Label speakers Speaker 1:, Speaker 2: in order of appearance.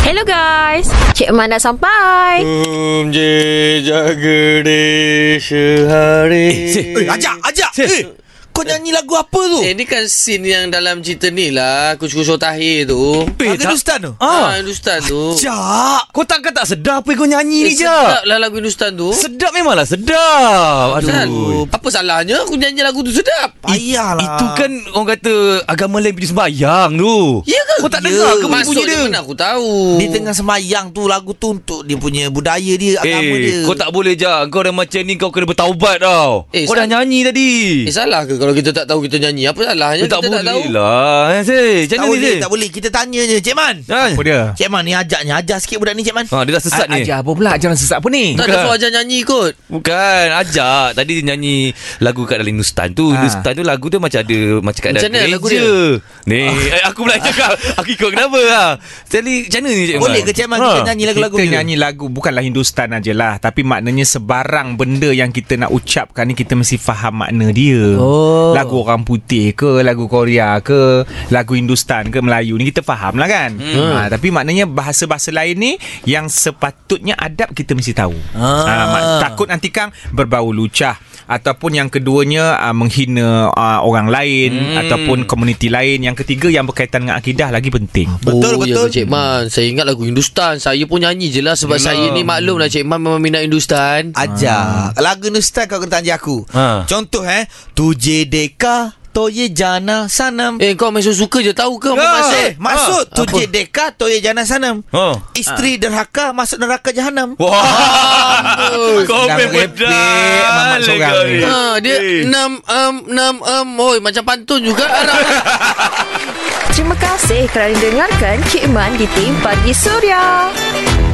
Speaker 1: Hello guys Cik Man dah sampai
Speaker 2: तुम जे जगदीश हरे
Speaker 3: Eh, ajak, ajak. Eh, kau nyanyi lagu apa tu?
Speaker 2: Eh ni kan scene yang dalam cerita ni lah Kucu-kucu tahir tu
Speaker 3: Eh, lagu Hindustan tu?
Speaker 4: ha?
Speaker 2: Ah, Hindustan tu
Speaker 3: Ajak.
Speaker 4: Kau tak kata sedap apa kau nyanyi
Speaker 2: Eh,
Speaker 4: ni je.
Speaker 2: sedap lah lagu Hindustan tu
Speaker 4: Sedap memanglah sedap.
Speaker 2: Aduh.
Speaker 4: Aduh.
Speaker 2: Apa salahnya aku nyanyi lagu tu sedap?
Speaker 3: Payahlah.
Speaker 4: Itu kan orang kata agama lain pergi sembahyang tu.
Speaker 2: Ya ke?
Speaker 4: Kau tak
Speaker 2: Ya.
Speaker 4: dengar ke bunyi
Speaker 2: Masuk
Speaker 4: dia?
Speaker 2: dia. mana aku tahu.
Speaker 3: Dia tengah semayang tu lagu tu untuk dia punya budaya dia, agama dia.
Speaker 4: Eh, kau tak boleh je. Kau dah macam ni kau kena bertaubat tau.
Speaker 2: Eh,
Speaker 4: kau dah
Speaker 2: sal-
Speaker 4: nyanyi tadi.
Speaker 2: Eh salah ke kalau kita tak tahu kita nyanyi? Apa salahnya
Speaker 4: Eh, tak
Speaker 2: kita tak tahu?
Speaker 4: boleh lah. Eh, Zee, macam
Speaker 3: tak
Speaker 4: mana ni,
Speaker 3: boleh,
Speaker 4: Zee?
Speaker 3: tak boleh. Kita tanya je, Cik Man.
Speaker 4: Ha?
Speaker 3: Cik Man ni ajak ni, ajar sikit budak ni Cik Man.
Speaker 4: Ha, dia dah sesat ni.
Speaker 5: Ajar apa pula Ajaran sesat apa ni
Speaker 2: Tak ada
Speaker 4: Bukan.
Speaker 2: suruh ajar nyanyi kot.
Speaker 4: Bukan, ajak. Tadi dia nyanyi lagu kat dalam Hindustan tu.
Speaker 5: Ha.
Speaker 4: Hindustan tu lagu dia macam ada macam kat
Speaker 2: Macam
Speaker 4: dalam
Speaker 2: mana lagu
Speaker 4: gereja. Ni, eh, aku pula cakap. Aku ikut kenapa ha. Jadi, macam mana ni Cik
Speaker 3: Boleh
Speaker 4: Man?
Speaker 3: ke Cik Man kita
Speaker 4: Ha.
Speaker 3: nyanyi lagu-lagu
Speaker 5: Ah, kita
Speaker 3: dia?
Speaker 5: nyanyi lagu bukanlah Hindustan ajalah tapi maknanya sebarang benda yang kita nak ucapkan ni kita mesti faham makna dia.
Speaker 3: Oh.
Speaker 5: Lagu orang putih ke, lagu Korea ke, lagu Hindustan ke Melayu ni kita faham lah kan. Hmm. Ha, tapi maknanya bahasa-bahasa lain ni yang sepatutnya adab kita mesti tahu.
Speaker 3: Ah.
Speaker 5: Ha, mak- takut nanti kang berbau lucah ataupun yang keduanya uh, menghina uh, orang lain hmm. ataupun komuniti lain. Yang ketiga yang berkaitan dengan akidah lagi penting.
Speaker 3: Betul,
Speaker 2: oh,
Speaker 3: betul.
Speaker 2: Ya, Cik Man. Saya ingat lagu Hindustan. Saya pun nyanyi je lah sebab
Speaker 4: Yalah.
Speaker 2: saya ni maklum lah Cik Man memang minat Hindustan.
Speaker 3: Ajak. Lagu Hindustan kau kena tanya aku.
Speaker 4: Ha.
Speaker 3: Contoh eh, tuje deka toye jana sanam.
Speaker 2: Eh kau main suka je tahu ke apa
Speaker 4: Ya.
Speaker 2: maksud?
Speaker 3: Eh, maksud
Speaker 2: Ha.
Speaker 3: tuje deka toye jana sanam.
Speaker 4: Oh.
Speaker 3: Isteri derhaka masuk neraka jahanam.
Speaker 4: Wah,
Speaker 2: Amboi.
Speaker 4: kau
Speaker 5: Dah
Speaker 4: memang
Speaker 5: merepek mamak
Speaker 4: pedal
Speaker 5: seorang
Speaker 4: kau
Speaker 5: ni.
Speaker 4: ni.
Speaker 2: Ha, dia
Speaker 4: Eh.
Speaker 2: enam um enam um oi macam pantun juga Arab.
Speaker 1: Terima kasih kerana dengarkan Cik Man di Tim Pagi Surya